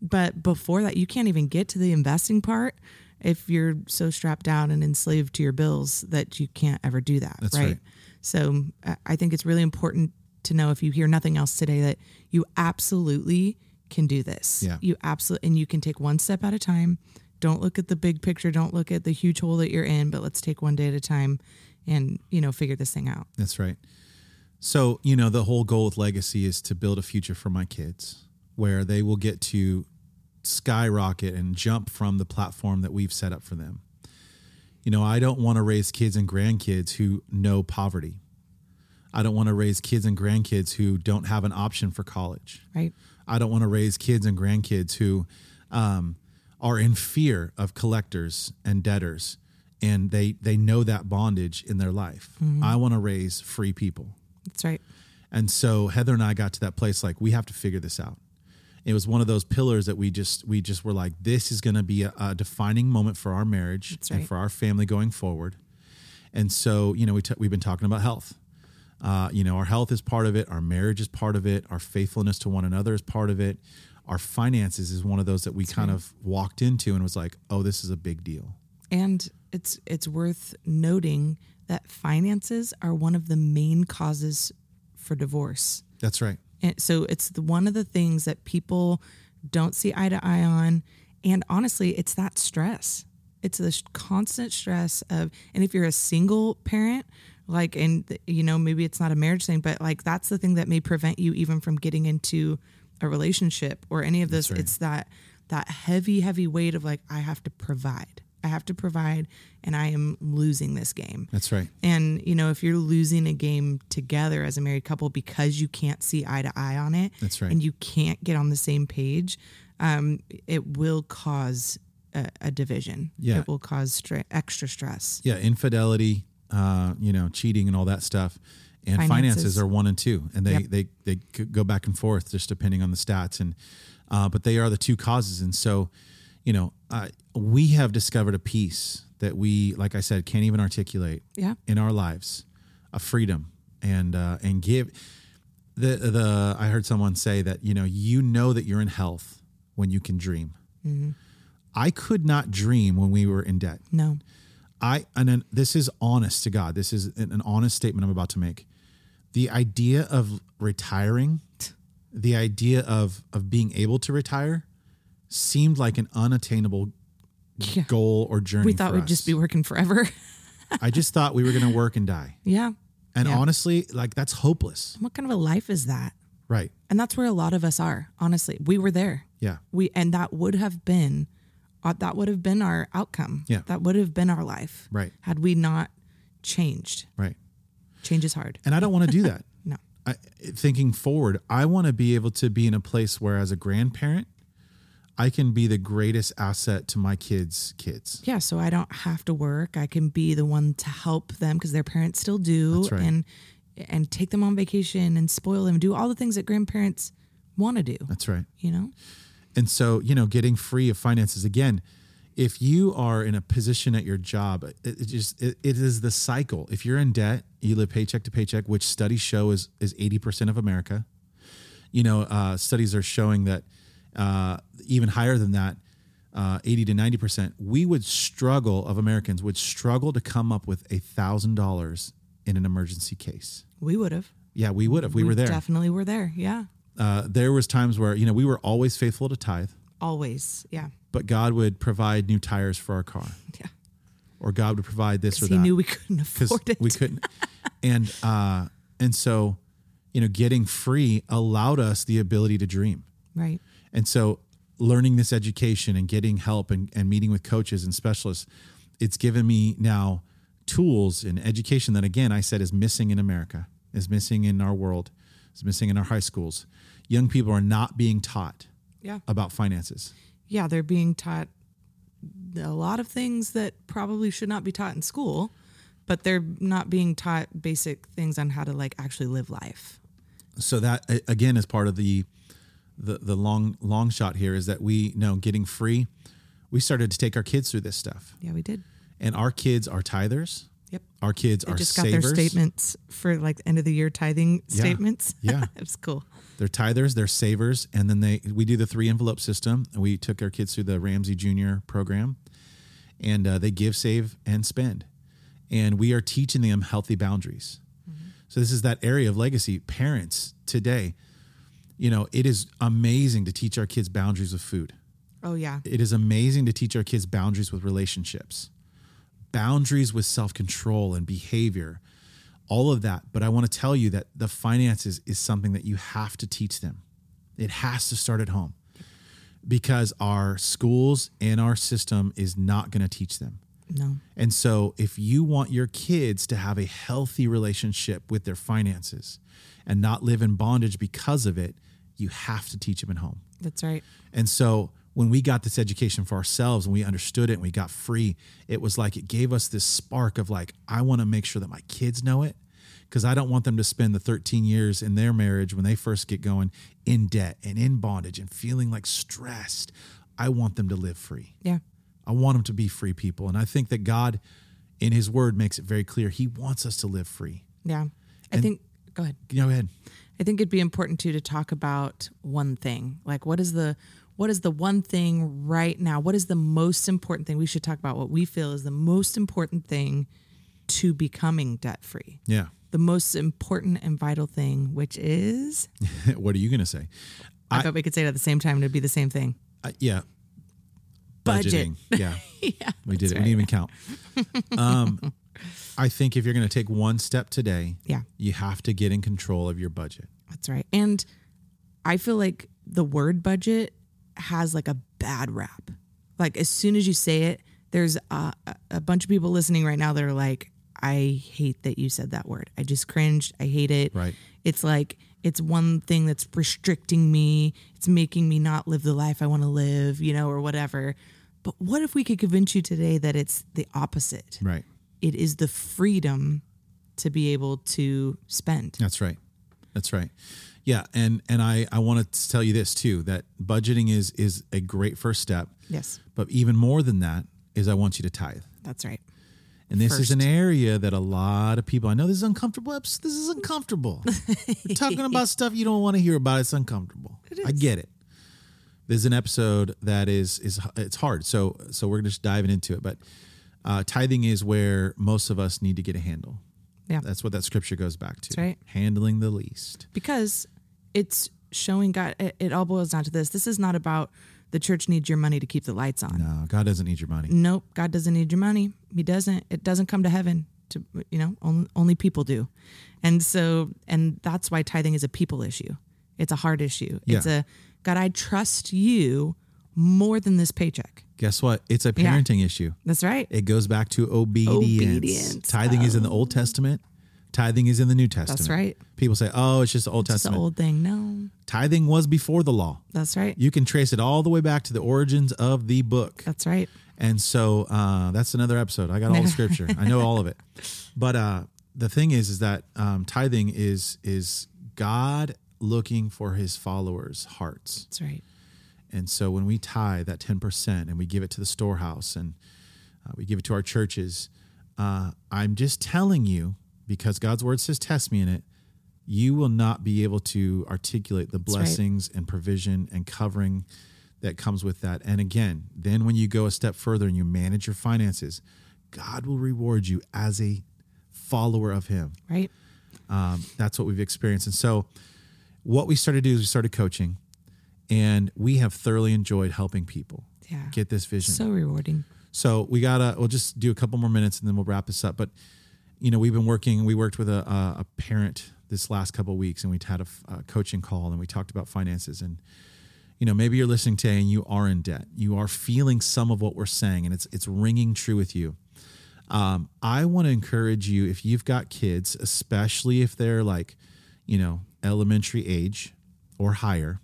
[SPEAKER 2] but before that you can't even get to the investing part if you're so strapped down and enslaved to your bills that you can't ever do that
[SPEAKER 1] That's right.
[SPEAKER 2] So I- I think it's really important to know if you hear nothing else today that you absolutely can do this.
[SPEAKER 1] Yeah.
[SPEAKER 2] You absolutely, and you can take one step at a time. Don't look at the big picture. Don't look at the huge hole that you're in, but let's take one day at a time and, you know, figure this thing out.
[SPEAKER 1] That's right. So, you know, the whole goal with legacy is to build a future for my kids where they will get to skyrocket and jump from the platform that we've set up for them. You know, I don't want to raise kids and grandkids who know poverty. I don't want to raise kids and grandkids who don't have an option for college.
[SPEAKER 2] Right.
[SPEAKER 1] I don't want to raise kids and grandkids who um, are in fear of collectors and debtors, and they they know that bondage in their life. I want to raise free people,
[SPEAKER 2] That's right.
[SPEAKER 1] and so Heather and I got to that place like we have to figure this out. It was one of those pillars that we just we just were like, this is going to be a, a defining moment for our marriage and
[SPEAKER 2] right.
[SPEAKER 1] for our family going forward. And so you know we t- we've been talking about health. Uh, you know, our health is part of it. Our marriage is part of it. Our faithfulness to one another is part of it. Our finances is one of those that we kind of walked into and was like, oh, this is a big deal.
[SPEAKER 2] And it's it's worth noting that finances are one of the main causes for divorce.
[SPEAKER 1] That's right.
[SPEAKER 2] And so it's the, one of the things that people don't see eye to eye on. And honestly, it's that stress. It's the sh- constant stress of, and if you're a single parent, like, and th- you know, maybe it's not a marriage thing, but like that's the thing that may prevent you even from getting into a relationship or any of this. It's that that heavy, heavy weight of like I have to provide, I have to provide, and I am losing this game.
[SPEAKER 1] That's right.
[SPEAKER 2] And you know, if you're losing a game together as a married couple because you can't see eye to eye on it,
[SPEAKER 1] That's right.
[SPEAKER 2] and you can't get on the same page, um, it will cause a, a division.
[SPEAKER 1] Yeah.
[SPEAKER 2] it will cause stre- extra stress.
[SPEAKER 1] yeah, infidelity, uh, you know, cheating and all that stuff. And finances,
[SPEAKER 2] Finances.
[SPEAKER 1] are one and two, and they they they could go back and forth just depending on the stats, and uh, but they are the two causes. And so, you know, uh, we have discovered a piece that we, like I said, can't even articulate
[SPEAKER 2] Yeah,
[SPEAKER 1] in our lives, a freedom and uh, and give the the I heard someone say that you know you know that you're in health when you can dream. I could not dream when we were in debt.
[SPEAKER 2] no,
[SPEAKER 1] I and then this is honest to God. This is an, an honest statement I'm about to make. The idea of retiring, the idea of of being able to retire, seemed like an unattainable
[SPEAKER 2] Yeah.
[SPEAKER 1] goal or journey.
[SPEAKER 2] we thought
[SPEAKER 1] for
[SPEAKER 2] we'd
[SPEAKER 1] us.
[SPEAKER 2] just be working forever.
[SPEAKER 1] I just thought we were going to work and die.
[SPEAKER 2] yeah,
[SPEAKER 1] And
[SPEAKER 2] Yeah.
[SPEAKER 1] honestly, like that's hopeless.
[SPEAKER 2] what kind of a life is that?
[SPEAKER 1] Right.
[SPEAKER 2] And that's where a lot of us are. Honestly, we were there.
[SPEAKER 1] Yeah.
[SPEAKER 2] we and that would have been uh, that would have been our outcome
[SPEAKER 1] Yeah.
[SPEAKER 2] that would have been our life
[SPEAKER 1] Right.
[SPEAKER 2] had we not changed
[SPEAKER 1] Right.
[SPEAKER 2] change is hard
[SPEAKER 1] And I don't want to do that.
[SPEAKER 2] no
[SPEAKER 1] I, thinking forward, I want to be able to be in a place where, as a grandparent, I can be the greatest asset to my kids' kids.
[SPEAKER 2] yeah so i don't have to work i can be the one to help them because their parents still do
[SPEAKER 1] That's right.
[SPEAKER 2] and and take them on vacation and spoil them do all the things that grandparents want to do
[SPEAKER 1] That's right.
[SPEAKER 2] you know
[SPEAKER 1] And so, you know, getting free of finances again, if you are in a position at your job, it, it just it, it is the cycle. If you're in debt, you live paycheck to paycheck, which studies show is is 80% of America. You know, uh, studies are showing that uh, even higher than that, uh, 80 to 90%, we would struggle of Americans would struggle to come up with a thousand dollars in an emergency case.
[SPEAKER 2] we would have
[SPEAKER 1] Yeah, we would if we, were there.
[SPEAKER 2] definitely were there yeah
[SPEAKER 1] Uh, there was times where, you know, we were always faithful to tithe
[SPEAKER 2] always yeah
[SPEAKER 1] but God would provide new tires for our car,
[SPEAKER 2] yeah
[SPEAKER 1] or God would provide this or
[SPEAKER 2] he
[SPEAKER 1] that
[SPEAKER 2] knew we couldn't afford it
[SPEAKER 1] we couldn't. and uh, and so, you know, getting free allowed us the ability to dream.
[SPEAKER 2] right
[SPEAKER 1] And so, learning this education and getting help and, and meeting with coaches and specialists, it's given me now tools and education that, again, I said is missing in America, is missing in our world, is missing in our high schools. Young people are not being taught
[SPEAKER 2] yeah
[SPEAKER 1] about finances.
[SPEAKER 2] yeah, they're being taught a lot of things that probably should not be taught in school, but they're not being taught basic things on how to like actually live life.
[SPEAKER 1] so that a- again is part of the the the long long shot here is that we know getting free we started to take our kids through this stuff
[SPEAKER 2] Yeah, we did.
[SPEAKER 1] and our kids are tithers
[SPEAKER 2] Yep.
[SPEAKER 1] our kids
[SPEAKER 2] They
[SPEAKER 1] are
[SPEAKER 2] just got
[SPEAKER 1] savers.
[SPEAKER 2] their statements for like end of the year tithing statements.
[SPEAKER 1] Yeah.
[SPEAKER 2] it was cool.
[SPEAKER 1] they're tithers they're savers and then they we do the three envelope system and we took our kids through the ramsey junior program and uh, they give save and spend and we are teaching them healthy boundaries So this is that area of legacy. Parents today, you know, it is amazing to teach our kids boundaries with food.
[SPEAKER 2] Oh yeah.
[SPEAKER 1] It is amazing to teach our kids boundaries with relationships, boundaries with self control and behavior, all of that. But I want to tell you that the finances is something that you have to teach them. It has to start at home because our schools and our system is not going to teach them.
[SPEAKER 2] No.
[SPEAKER 1] And so, if you want your kids to have a healthy relationship with their finances and not live in bondage because of it, you have to teach them at home.
[SPEAKER 2] That's right.
[SPEAKER 1] And so when we got this education for ourselves and we understood it and we got free, it was like it gave us this spark of like, I want to make sure that my kids know it because I don't want them to spend the 13 years in their marriage when they first get going in debt and in bondage and feeling like stressed. I want them to live free.
[SPEAKER 2] Yeah.
[SPEAKER 1] I want them to be free people. And I think that God in his word makes it very clear he wants us to live free.
[SPEAKER 2] Yeah. I
[SPEAKER 1] And-
[SPEAKER 2] think go ahead.
[SPEAKER 1] Go ahead.
[SPEAKER 2] I think it'd be important too to talk about one thing. Like what is the what is the one thing right now? What is the most important thing? We should talk about what we feel is the most important thing to becoming debt free.
[SPEAKER 1] Yeah.
[SPEAKER 2] The most important and vital thing, which is
[SPEAKER 1] what are you going to say?
[SPEAKER 2] I,
[SPEAKER 1] I-
[SPEAKER 2] bet we could say it at the same time and it'd be the same thing.
[SPEAKER 1] Uh, yeah.
[SPEAKER 2] Budget.
[SPEAKER 1] Budgeting. Yeah.
[SPEAKER 2] yeah.
[SPEAKER 1] We did it.
[SPEAKER 2] right.
[SPEAKER 1] We didn't even count. Um, I think if you're going to take one step today,
[SPEAKER 2] Yeah.
[SPEAKER 1] you have to get in control of your budget.
[SPEAKER 2] That's right. And I feel like the word budget has like a bad rap. Like as soon as you say it, there's a, a bunch of people listening right now that are like, I hate that you said that word. I just cringed. I hate it.
[SPEAKER 1] Right.
[SPEAKER 2] It's like it's one thing that's restricting me. It's making me not live the life I want to live, you know, or whatever. But what if we could convince you today that it's the opposite?
[SPEAKER 1] Right.
[SPEAKER 2] It is the freedom to be able to spend.
[SPEAKER 1] That's right. That's right. Yeah, and and I I want to tell you this too that budgeting is is a great first step,
[SPEAKER 2] Yes,
[SPEAKER 1] but even more than that is I want you to tithe.
[SPEAKER 2] that's right.
[SPEAKER 1] And this is
[SPEAKER 2] First.
[SPEAKER 1] an area that a lot of people I know this is uncomfortable. Eps, This is uncomfortable. We're talking about stuff you don't want to hear about. It's uncomfortable. I get it. There's an episode that is is it's hard. So so we're just diving into it. But uh, tithing is where most of us need to get a handle.
[SPEAKER 2] Yeah.
[SPEAKER 1] That's what that scripture goes back to.
[SPEAKER 2] right.
[SPEAKER 1] Handling the least.
[SPEAKER 2] because it's showing God. It, it all boils down to this. This is not about the church needs your money to keep the lights on.
[SPEAKER 1] No, God doesn't need your money.
[SPEAKER 2] Nope, God doesn't need your money. He doesn't. It doesn't come to heaven. To you know, only, only people do, and so and that's why tithing is a people issue. It's a hard issue. It's
[SPEAKER 1] Yeah.
[SPEAKER 2] a God. I trust you more than this paycheck.
[SPEAKER 1] Guess what? It's a parenting issue.
[SPEAKER 2] That's right.
[SPEAKER 1] It goes back to obedience.
[SPEAKER 2] Obedience.
[SPEAKER 1] Tithing is in the Old Testament. Tithing is in the New Testament.
[SPEAKER 2] right.
[SPEAKER 1] People say, "Oh, it's just the Old
[SPEAKER 2] It's the
[SPEAKER 1] Testament."
[SPEAKER 2] old thing. No,
[SPEAKER 1] Tithing was before the law.
[SPEAKER 2] that's right.
[SPEAKER 1] You can trace it all the way back to the origins of the book.
[SPEAKER 2] That's right.
[SPEAKER 1] And so uh, that's another episode. I got all the scripture. I know all of it. But uh, the thing is, is that um, tithing is is God looking for His followers' hearts.
[SPEAKER 2] That's right.
[SPEAKER 1] And so when we tithe that 10% and we give it to the storehouse and uh, we give it to our churches, uh, I'm just telling you, because God's word says, test me in it, you will not be able to articulate the
[SPEAKER 2] right.
[SPEAKER 1] blessings and provision and covering that comes with that. And again, then when you go a step further and you manage your finances, God will reward you as a follower of Him.
[SPEAKER 2] Right.
[SPEAKER 1] Um, that's what we've experienced. And so, what we started to do is we started coaching, and we have thoroughly enjoyed helping people
[SPEAKER 2] Yeah.
[SPEAKER 1] get this vision.
[SPEAKER 2] So rewarding.
[SPEAKER 1] So we gotta. We'll just do a couple more minutes, and then we'll wrap this up. But you know, we've been working. We worked with a, a, a parent this last couple of weeks, and we had a, f- a coaching call, and we talked about finances. And you know, maybe you're listening today, and you are in debt. You are feeling some of what we're saying, and it's it's ringing true with you. Um, I want to encourage you if you've got kids, especially if they're like, you know, elementary age or higher,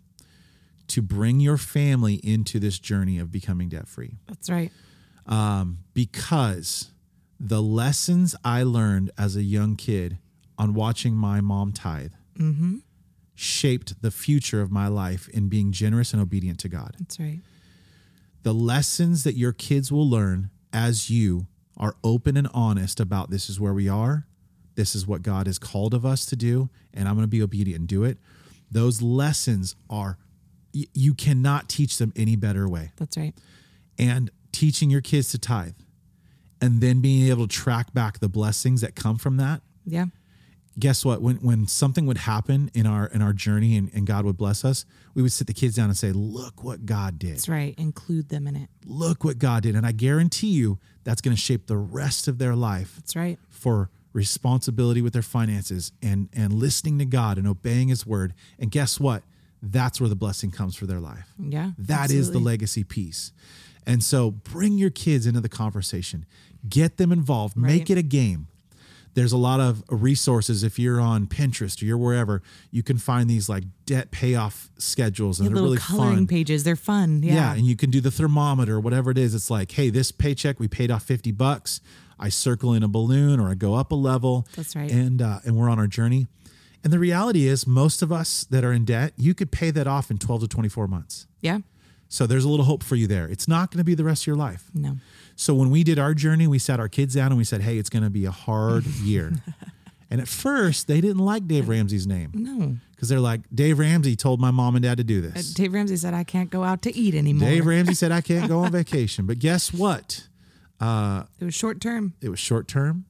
[SPEAKER 1] to bring your family into this journey of becoming debt free
[SPEAKER 2] That's right.
[SPEAKER 1] because the lessons I learned as a young kid on watching my mom tithe shaped the future of my life in being generous and obedient to God.
[SPEAKER 2] That's right.
[SPEAKER 1] The lessons that your kids will learn as you are open and honest about this is where we are, this is what God has called of us to do, and I'm going to be obedient and do it. Those lessons are, y- you cannot teach them any better way
[SPEAKER 2] That's right.
[SPEAKER 1] and teaching your kids to tithe and then being able to track back the blessings that come from that
[SPEAKER 2] Yeah.
[SPEAKER 1] guess what? When when something would happen in our in our journey and, and God would bless us, we would sit the kids down and say, Look what God did.
[SPEAKER 2] That's right. Include them in it.
[SPEAKER 1] Look what God did. And I guarantee you that's gonna shape the rest of their life
[SPEAKER 2] That's right.
[SPEAKER 1] for responsibility with their finances and and listening to God and obeying his word. And guess what? That's where the blessing comes for their life.
[SPEAKER 2] Yeah.
[SPEAKER 1] That is the
[SPEAKER 2] absolutely.
[SPEAKER 1] legacy piece. And so bring your kids into the conversation, get them involved, make
[SPEAKER 2] Right.
[SPEAKER 1] it a game. There's a lot of resources. If you're on Pinterest or you're wherever, you can find these like debt payoff schedules and they're
[SPEAKER 2] little
[SPEAKER 1] really
[SPEAKER 2] coloring
[SPEAKER 1] fun.
[SPEAKER 2] pages. They're fun. Yeah.
[SPEAKER 1] Yeah, and you can do the thermometer or whatever it is. It's like, hey, this paycheck we paid off fifty bucks. I circle in a balloon or I go up a level.
[SPEAKER 2] That's right.
[SPEAKER 1] And uh, and we're on our journey. And the reality is, most of us that are in debt, you could pay that off in twelve to twenty four months.
[SPEAKER 2] yeah.
[SPEAKER 1] So there's a little hope for you there. It's not going to be the rest of your life.
[SPEAKER 2] No.
[SPEAKER 1] So when we did our journey, we sat our kids down and we said, hey, it's going to be a hard year. and at first, they didn't like Dave Ramsey's name. No. Because they're like, Dave Ramsey told my mom and dad to do this.
[SPEAKER 2] Dave Ramsey said, I can't go out to eat anymore.
[SPEAKER 1] Dave Ramsey said, I can't go on vacation. But guess what?
[SPEAKER 2] it was short term.
[SPEAKER 1] It was short term,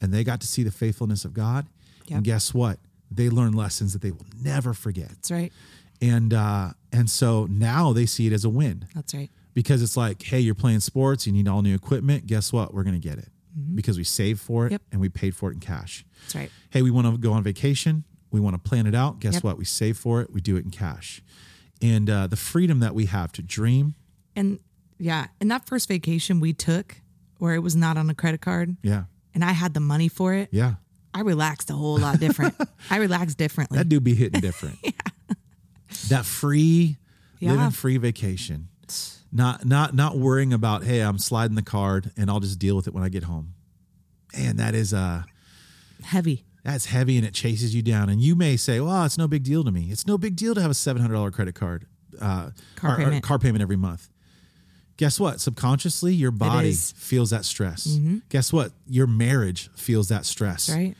[SPEAKER 1] and they got to see the faithfulness of God.
[SPEAKER 2] Yep.
[SPEAKER 1] And guess what? They learned lessons that they will never forget.
[SPEAKER 2] That's right.
[SPEAKER 1] And uh, and so now they see it as a win
[SPEAKER 2] That's right.
[SPEAKER 1] because it's like, hey, you're playing sports, you need all new equipment. Guess what? We're gonna get it because we saved for it
[SPEAKER 2] Mm-hmm. Yep.
[SPEAKER 1] and we paid for it in cash.
[SPEAKER 2] That's right.
[SPEAKER 1] Hey, we want to go on vacation. We want to plan it out. Guess
[SPEAKER 2] Yep.
[SPEAKER 1] what? We save for it. We do it in cash. And uh, the freedom that we have to dream.
[SPEAKER 2] And yeah. And that first vacation we took where it was not on a credit card
[SPEAKER 1] Yeah.
[SPEAKER 2] and I had the money for it,
[SPEAKER 1] Yeah.
[SPEAKER 2] I relaxed a whole lot different. I relaxed differently.
[SPEAKER 1] That do be hitting different. That free,
[SPEAKER 2] Yeah.
[SPEAKER 1] living free vacation. Not not not worrying about hey, I'm sliding the card and I'll just deal with it when I get home. Man, that is uh
[SPEAKER 2] Heavy.
[SPEAKER 1] that's heavy and it chases you down. And you may say, well, it's no big deal to me. It's no big deal to have a seven hundred dollar credit card uh,
[SPEAKER 2] Car
[SPEAKER 1] or- or
[SPEAKER 2] payment.
[SPEAKER 1] car payment every month. Guess what? Subconsciously, your body
[SPEAKER 2] is. Mm-hmm.
[SPEAKER 1] feels that stress. Guess what? Your marriage feels that stress.
[SPEAKER 2] That's right.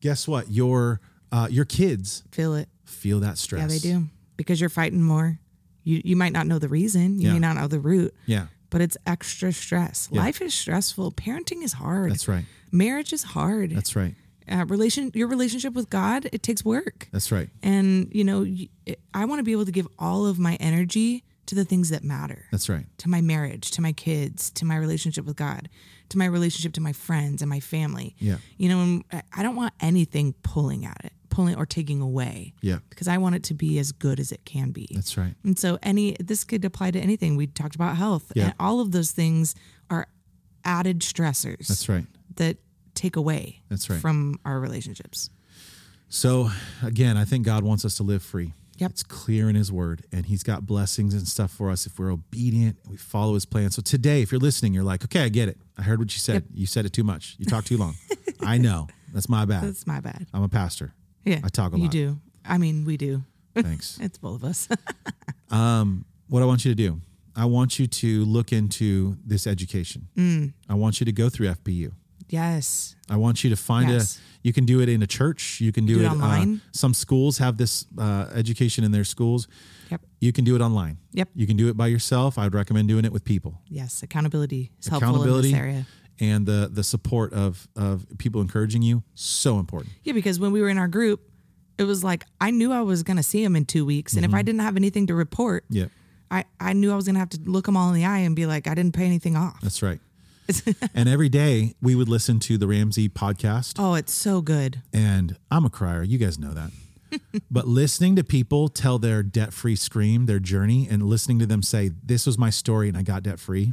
[SPEAKER 1] Guess what? Your uh, your kids
[SPEAKER 2] Feel it.
[SPEAKER 1] feel that stress.
[SPEAKER 2] Yeah, they do. Because you're fighting more. You you might not know the reason. You
[SPEAKER 1] Yeah.
[SPEAKER 2] may not know the root.
[SPEAKER 1] Yeah.
[SPEAKER 2] But it's extra stress. Life is stressful. Parenting is hard.
[SPEAKER 1] That's right.
[SPEAKER 2] Marriage is hard.
[SPEAKER 1] That's right.
[SPEAKER 2] uh, relation your relationship with God, it takes work.
[SPEAKER 1] That's right.
[SPEAKER 2] And you know, y- I want to be able to give all of my energy to the things that matter.
[SPEAKER 1] That's right.
[SPEAKER 2] to my marriage, to my kids, to my relationship with God, to my relationship to my friends and my family.
[SPEAKER 1] Yeah.
[SPEAKER 2] You know, and I- I don't want anything pulling at it, pulling or taking away.
[SPEAKER 1] Yeah.
[SPEAKER 2] Because I want it to be as good as it can be.
[SPEAKER 1] That's right.
[SPEAKER 2] And so any this could apply to anything. We talked about health.
[SPEAKER 1] Yeah.
[SPEAKER 2] And all of those things are added stressors
[SPEAKER 1] That's right.
[SPEAKER 2] that take away
[SPEAKER 1] That's right.
[SPEAKER 2] from our relationships.
[SPEAKER 1] So again, I think God wants us to live free.
[SPEAKER 2] Yep.
[SPEAKER 1] It's clear in his word and he's got blessings and stuff for us if we're obedient and we follow his plan. So today, if you're listening, you're like, okay, I get it. I heard what you said. You said it too much. You talked too long. I know. That's my bad.
[SPEAKER 2] That's my bad.
[SPEAKER 1] I'm a pastor.
[SPEAKER 2] Yeah.
[SPEAKER 1] I talk a
[SPEAKER 2] You
[SPEAKER 1] lot.
[SPEAKER 2] do. I mean, we do.
[SPEAKER 1] Thanks.
[SPEAKER 2] It's both of us.
[SPEAKER 1] what I want you to do, I want you to look into this education.
[SPEAKER 2] Mm.
[SPEAKER 1] I want you to go through FPU.
[SPEAKER 2] yes.
[SPEAKER 1] I want you to find
[SPEAKER 2] Yes.
[SPEAKER 1] a. You can do it in a church. You can do,
[SPEAKER 2] Do it
[SPEAKER 1] it uh,
[SPEAKER 2] online.
[SPEAKER 1] some schools have this uh, education in their schools.
[SPEAKER 2] Yep.
[SPEAKER 1] You can do it online.
[SPEAKER 2] Yep.
[SPEAKER 1] You can do it by yourself. I'd recommend doing it with people.
[SPEAKER 2] Yes. Accountability is helpful in this
[SPEAKER 1] Accountability
[SPEAKER 2] area.
[SPEAKER 1] and the the support of of people encouraging you so important.
[SPEAKER 2] Yeah, because when we were in our group, it was like I knew I was going to see him in two weeks, and if I didn't have anything to report,
[SPEAKER 1] Mm-hmm. Yeah,
[SPEAKER 2] I I knew I was going to have to look him all in the eye and be like, I didn't pay anything off.
[SPEAKER 1] that's right. and every day we would listen to the Ramsey podcast,
[SPEAKER 2] oh, it's so good.
[SPEAKER 1] and I'm a crier. You guys know that. but listening to people tell their debt free scream, their journey, and listening to them say, "This was my story, and I got debt free,"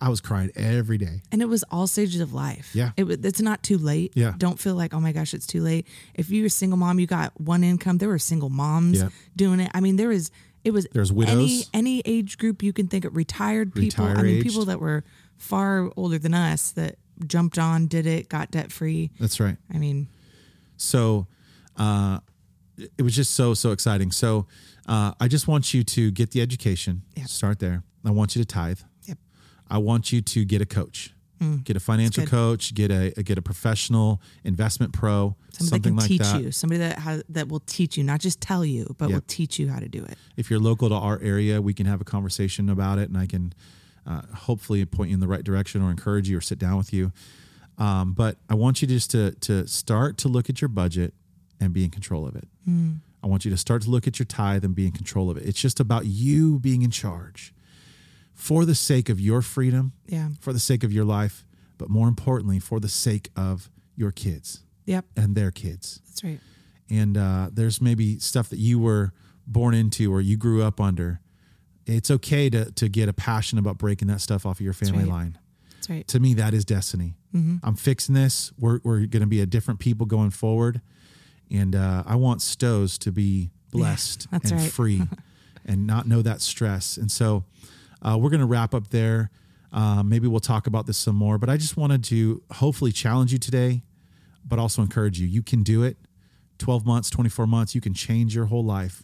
[SPEAKER 1] I was crying every day.
[SPEAKER 2] And it was all stages of life.
[SPEAKER 1] Yeah.
[SPEAKER 2] It, wa- it's not too late.
[SPEAKER 1] Yeah.
[SPEAKER 2] Don't feel like, oh my gosh, it's too late. If you're a single mom, you got one income. There were single moms
[SPEAKER 1] Yeah.
[SPEAKER 2] doing it. I mean, there was, it was
[SPEAKER 1] There's
[SPEAKER 2] any,
[SPEAKER 1] widows.
[SPEAKER 2] any age group you can think of, retired people. I mean,
[SPEAKER 1] Retire-aged.
[SPEAKER 2] people that were far older than us that jumped on, did it, got debt free.
[SPEAKER 1] That's right.
[SPEAKER 2] I mean,
[SPEAKER 1] So uh, it was just so, so exciting. So uh, I just want you to get the education, start there. I want you to tithe.
[SPEAKER 2] Yep. Mm.
[SPEAKER 1] I want you to get a coach. Get a financial
[SPEAKER 2] good.
[SPEAKER 1] coach. Get a get a professional investment pro.
[SPEAKER 2] somebody
[SPEAKER 1] something
[SPEAKER 2] that can
[SPEAKER 1] like
[SPEAKER 2] teach
[SPEAKER 1] that.
[SPEAKER 2] you, somebody that has, that will teach you, not just tell you, but
[SPEAKER 1] Yeah.
[SPEAKER 2] will teach you how to do it.
[SPEAKER 1] If you're local to our area, we can have a conversation about it, and I can uh, hopefully point you in the right direction or encourage you or sit down with you. Um, but I want you just to to start to look at your budget and be in control of it. I want you to start to look at your tithe and be in control of it. It's just about you being in charge for the sake of your freedom,
[SPEAKER 2] Yeah.
[SPEAKER 1] for the sake of your life, but more importantly, for the sake of your kids
[SPEAKER 2] Yep.
[SPEAKER 1] and their kids
[SPEAKER 2] That's right.
[SPEAKER 1] and uh, there's maybe stuff that you were born into or you grew up under. It's okay to to get a passion about breaking that stuff off of your family
[SPEAKER 2] right.
[SPEAKER 1] line.
[SPEAKER 2] That's right.
[SPEAKER 1] To me, that is destiny.
[SPEAKER 2] Mm-hmm.
[SPEAKER 1] I'm fixing this. We're we're going to be a different people going forward, and uh, I want Stows to be blessed
[SPEAKER 2] that's
[SPEAKER 1] and
[SPEAKER 2] right.
[SPEAKER 1] free, and not know that stress. And so, uh, we're going to wrap up there. Uh, maybe we'll talk about this some more. But I just wanted to hopefully challenge you today, but also encourage you. You can do it. 12 months, 24 months, you can change your whole life.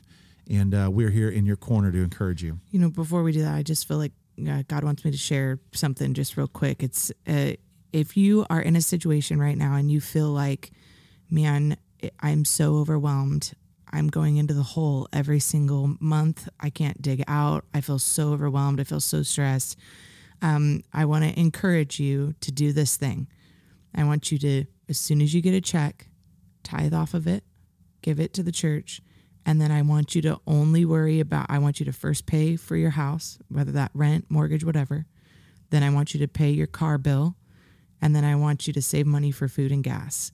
[SPEAKER 1] And uh, we're here in your corner to encourage you.
[SPEAKER 2] You know, before we do that, I just feel like uh, God wants me to share something just real quick. It's uh, if you are in a situation right now and you feel like, man, I- I'm so overwhelmed. I'm going into the hole every single month. I can't dig out. I feel so overwhelmed. I feel so stressed. Um, I want to encourage you to do this thing. I want you to, as soon as you get a check, tithe off of it, give it to the church. And then I want you to only worry about, I want you to first pay for your house, whether that rent, mortgage, whatever. Then I want you to pay your car bill. And then I want you to save money for food and gas.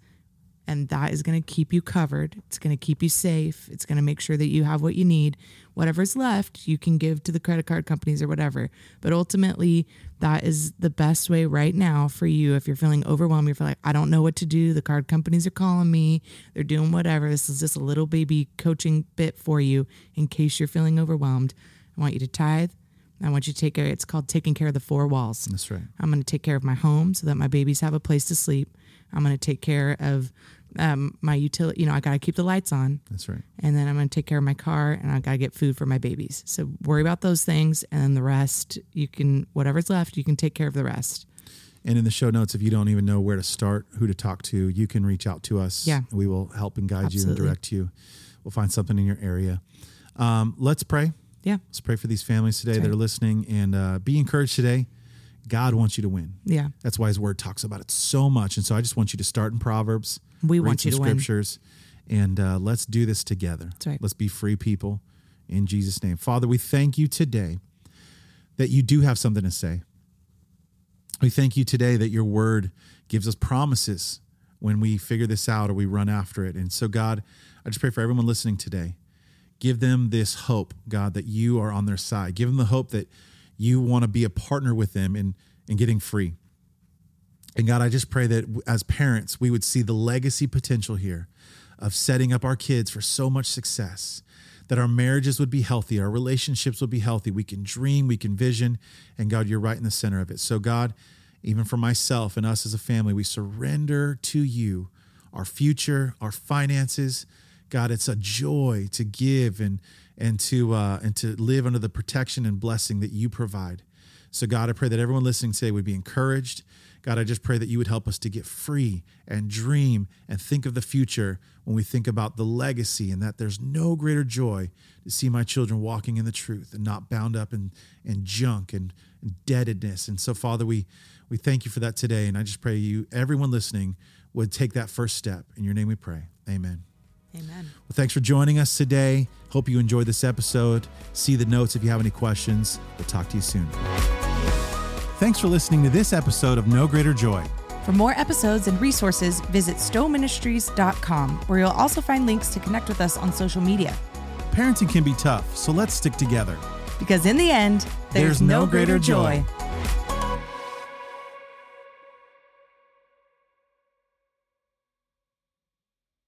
[SPEAKER 2] And that is going to keep you covered. It's going to keep you safe. It's going to make sure that you have what you need. Whatever's left, you can give to the credit card companies or whatever. But ultimately, that is the best way right now for you. If you're feeling overwhelmed, you're feeling like, I don't know what to do. The card companies are calling me. They're doing whatever. This is just a little baby coaching bit for you in case you're feeling overwhelmed. I want you to tithe. I want you to take care. It's called taking care of the four walls.
[SPEAKER 1] That's right.
[SPEAKER 2] I'm going to take care of my home so that my babies have a place to sleep. I'm going to take care of um, my utility. You know, I got to keep the lights on.
[SPEAKER 1] That's right.
[SPEAKER 2] And then I'm going to take care of my car and I got to get food for my babies. So worry about those things. And then the rest, you can, whatever's left, you can take care of the rest.
[SPEAKER 1] And in the show notes, if you don't even know where to start, who to talk to, you can reach out to us.
[SPEAKER 2] Yeah.
[SPEAKER 1] We will help and guide you and
[SPEAKER 2] Absolutely.
[SPEAKER 1] direct you. We'll find something in your area. Um, let's pray.
[SPEAKER 2] Yeah.
[SPEAKER 1] Let's pray for these families today that are listening and uh, be encouraged today. God wants you to win.
[SPEAKER 2] Yeah.
[SPEAKER 1] That's why His Word talks about it so much. And so I just want you to start in Proverbs.
[SPEAKER 2] We
[SPEAKER 1] read
[SPEAKER 2] want you
[SPEAKER 1] some
[SPEAKER 2] to win.
[SPEAKER 1] scriptures, and uh, let's do this together. That's
[SPEAKER 2] right.
[SPEAKER 1] Let's be free people in Jesus' name. Father, we thank you today that you do have something to say. We thank you today that your word gives us promises when we figure this out or we run after it. And so, God, I just pray for everyone listening today. Give them this hope, God, that you are on their side. Give them the hope that you want to be a partner with them in, in getting free. And God, I just pray that w- as parents, we would see the legacy potential here of setting up our kids for so much success, that our marriages would be healthy, our relationships would be healthy. We can dream, we can vision, and God, you're right in the center of it. So, God, even for myself and us as a family, we surrender to you our future, our finances. God, it's a joy to give and and to uh, and to live under the protection and blessing that you provide. So, God, I pray that everyone listening today would be encouraged. God, I just pray that you would help us to get free and dream and think of the future when we think about the legacy and that there's no greater joy to see my children walking in the truth and not bound up in, in junk and indebtedness. And so, Father, we, we thank you for that today. And I just pray you, everyone listening, would take that first step. In your name we pray. Amen.
[SPEAKER 2] Amen.
[SPEAKER 1] Well, thanks for joining us today. Hope you enjoyed this episode. See the notes if you have any questions. We'll talk to you soon. Thanks for listening to this episode of No Greater Joy.
[SPEAKER 3] For more episodes and resources, visit stowministries.com, where you'll also find links to connect with us on social media.
[SPEAKER 1] Parenting can be tough, so let's stick together.
[SPEAKER 3] Because in the end, there's, no, greater joy.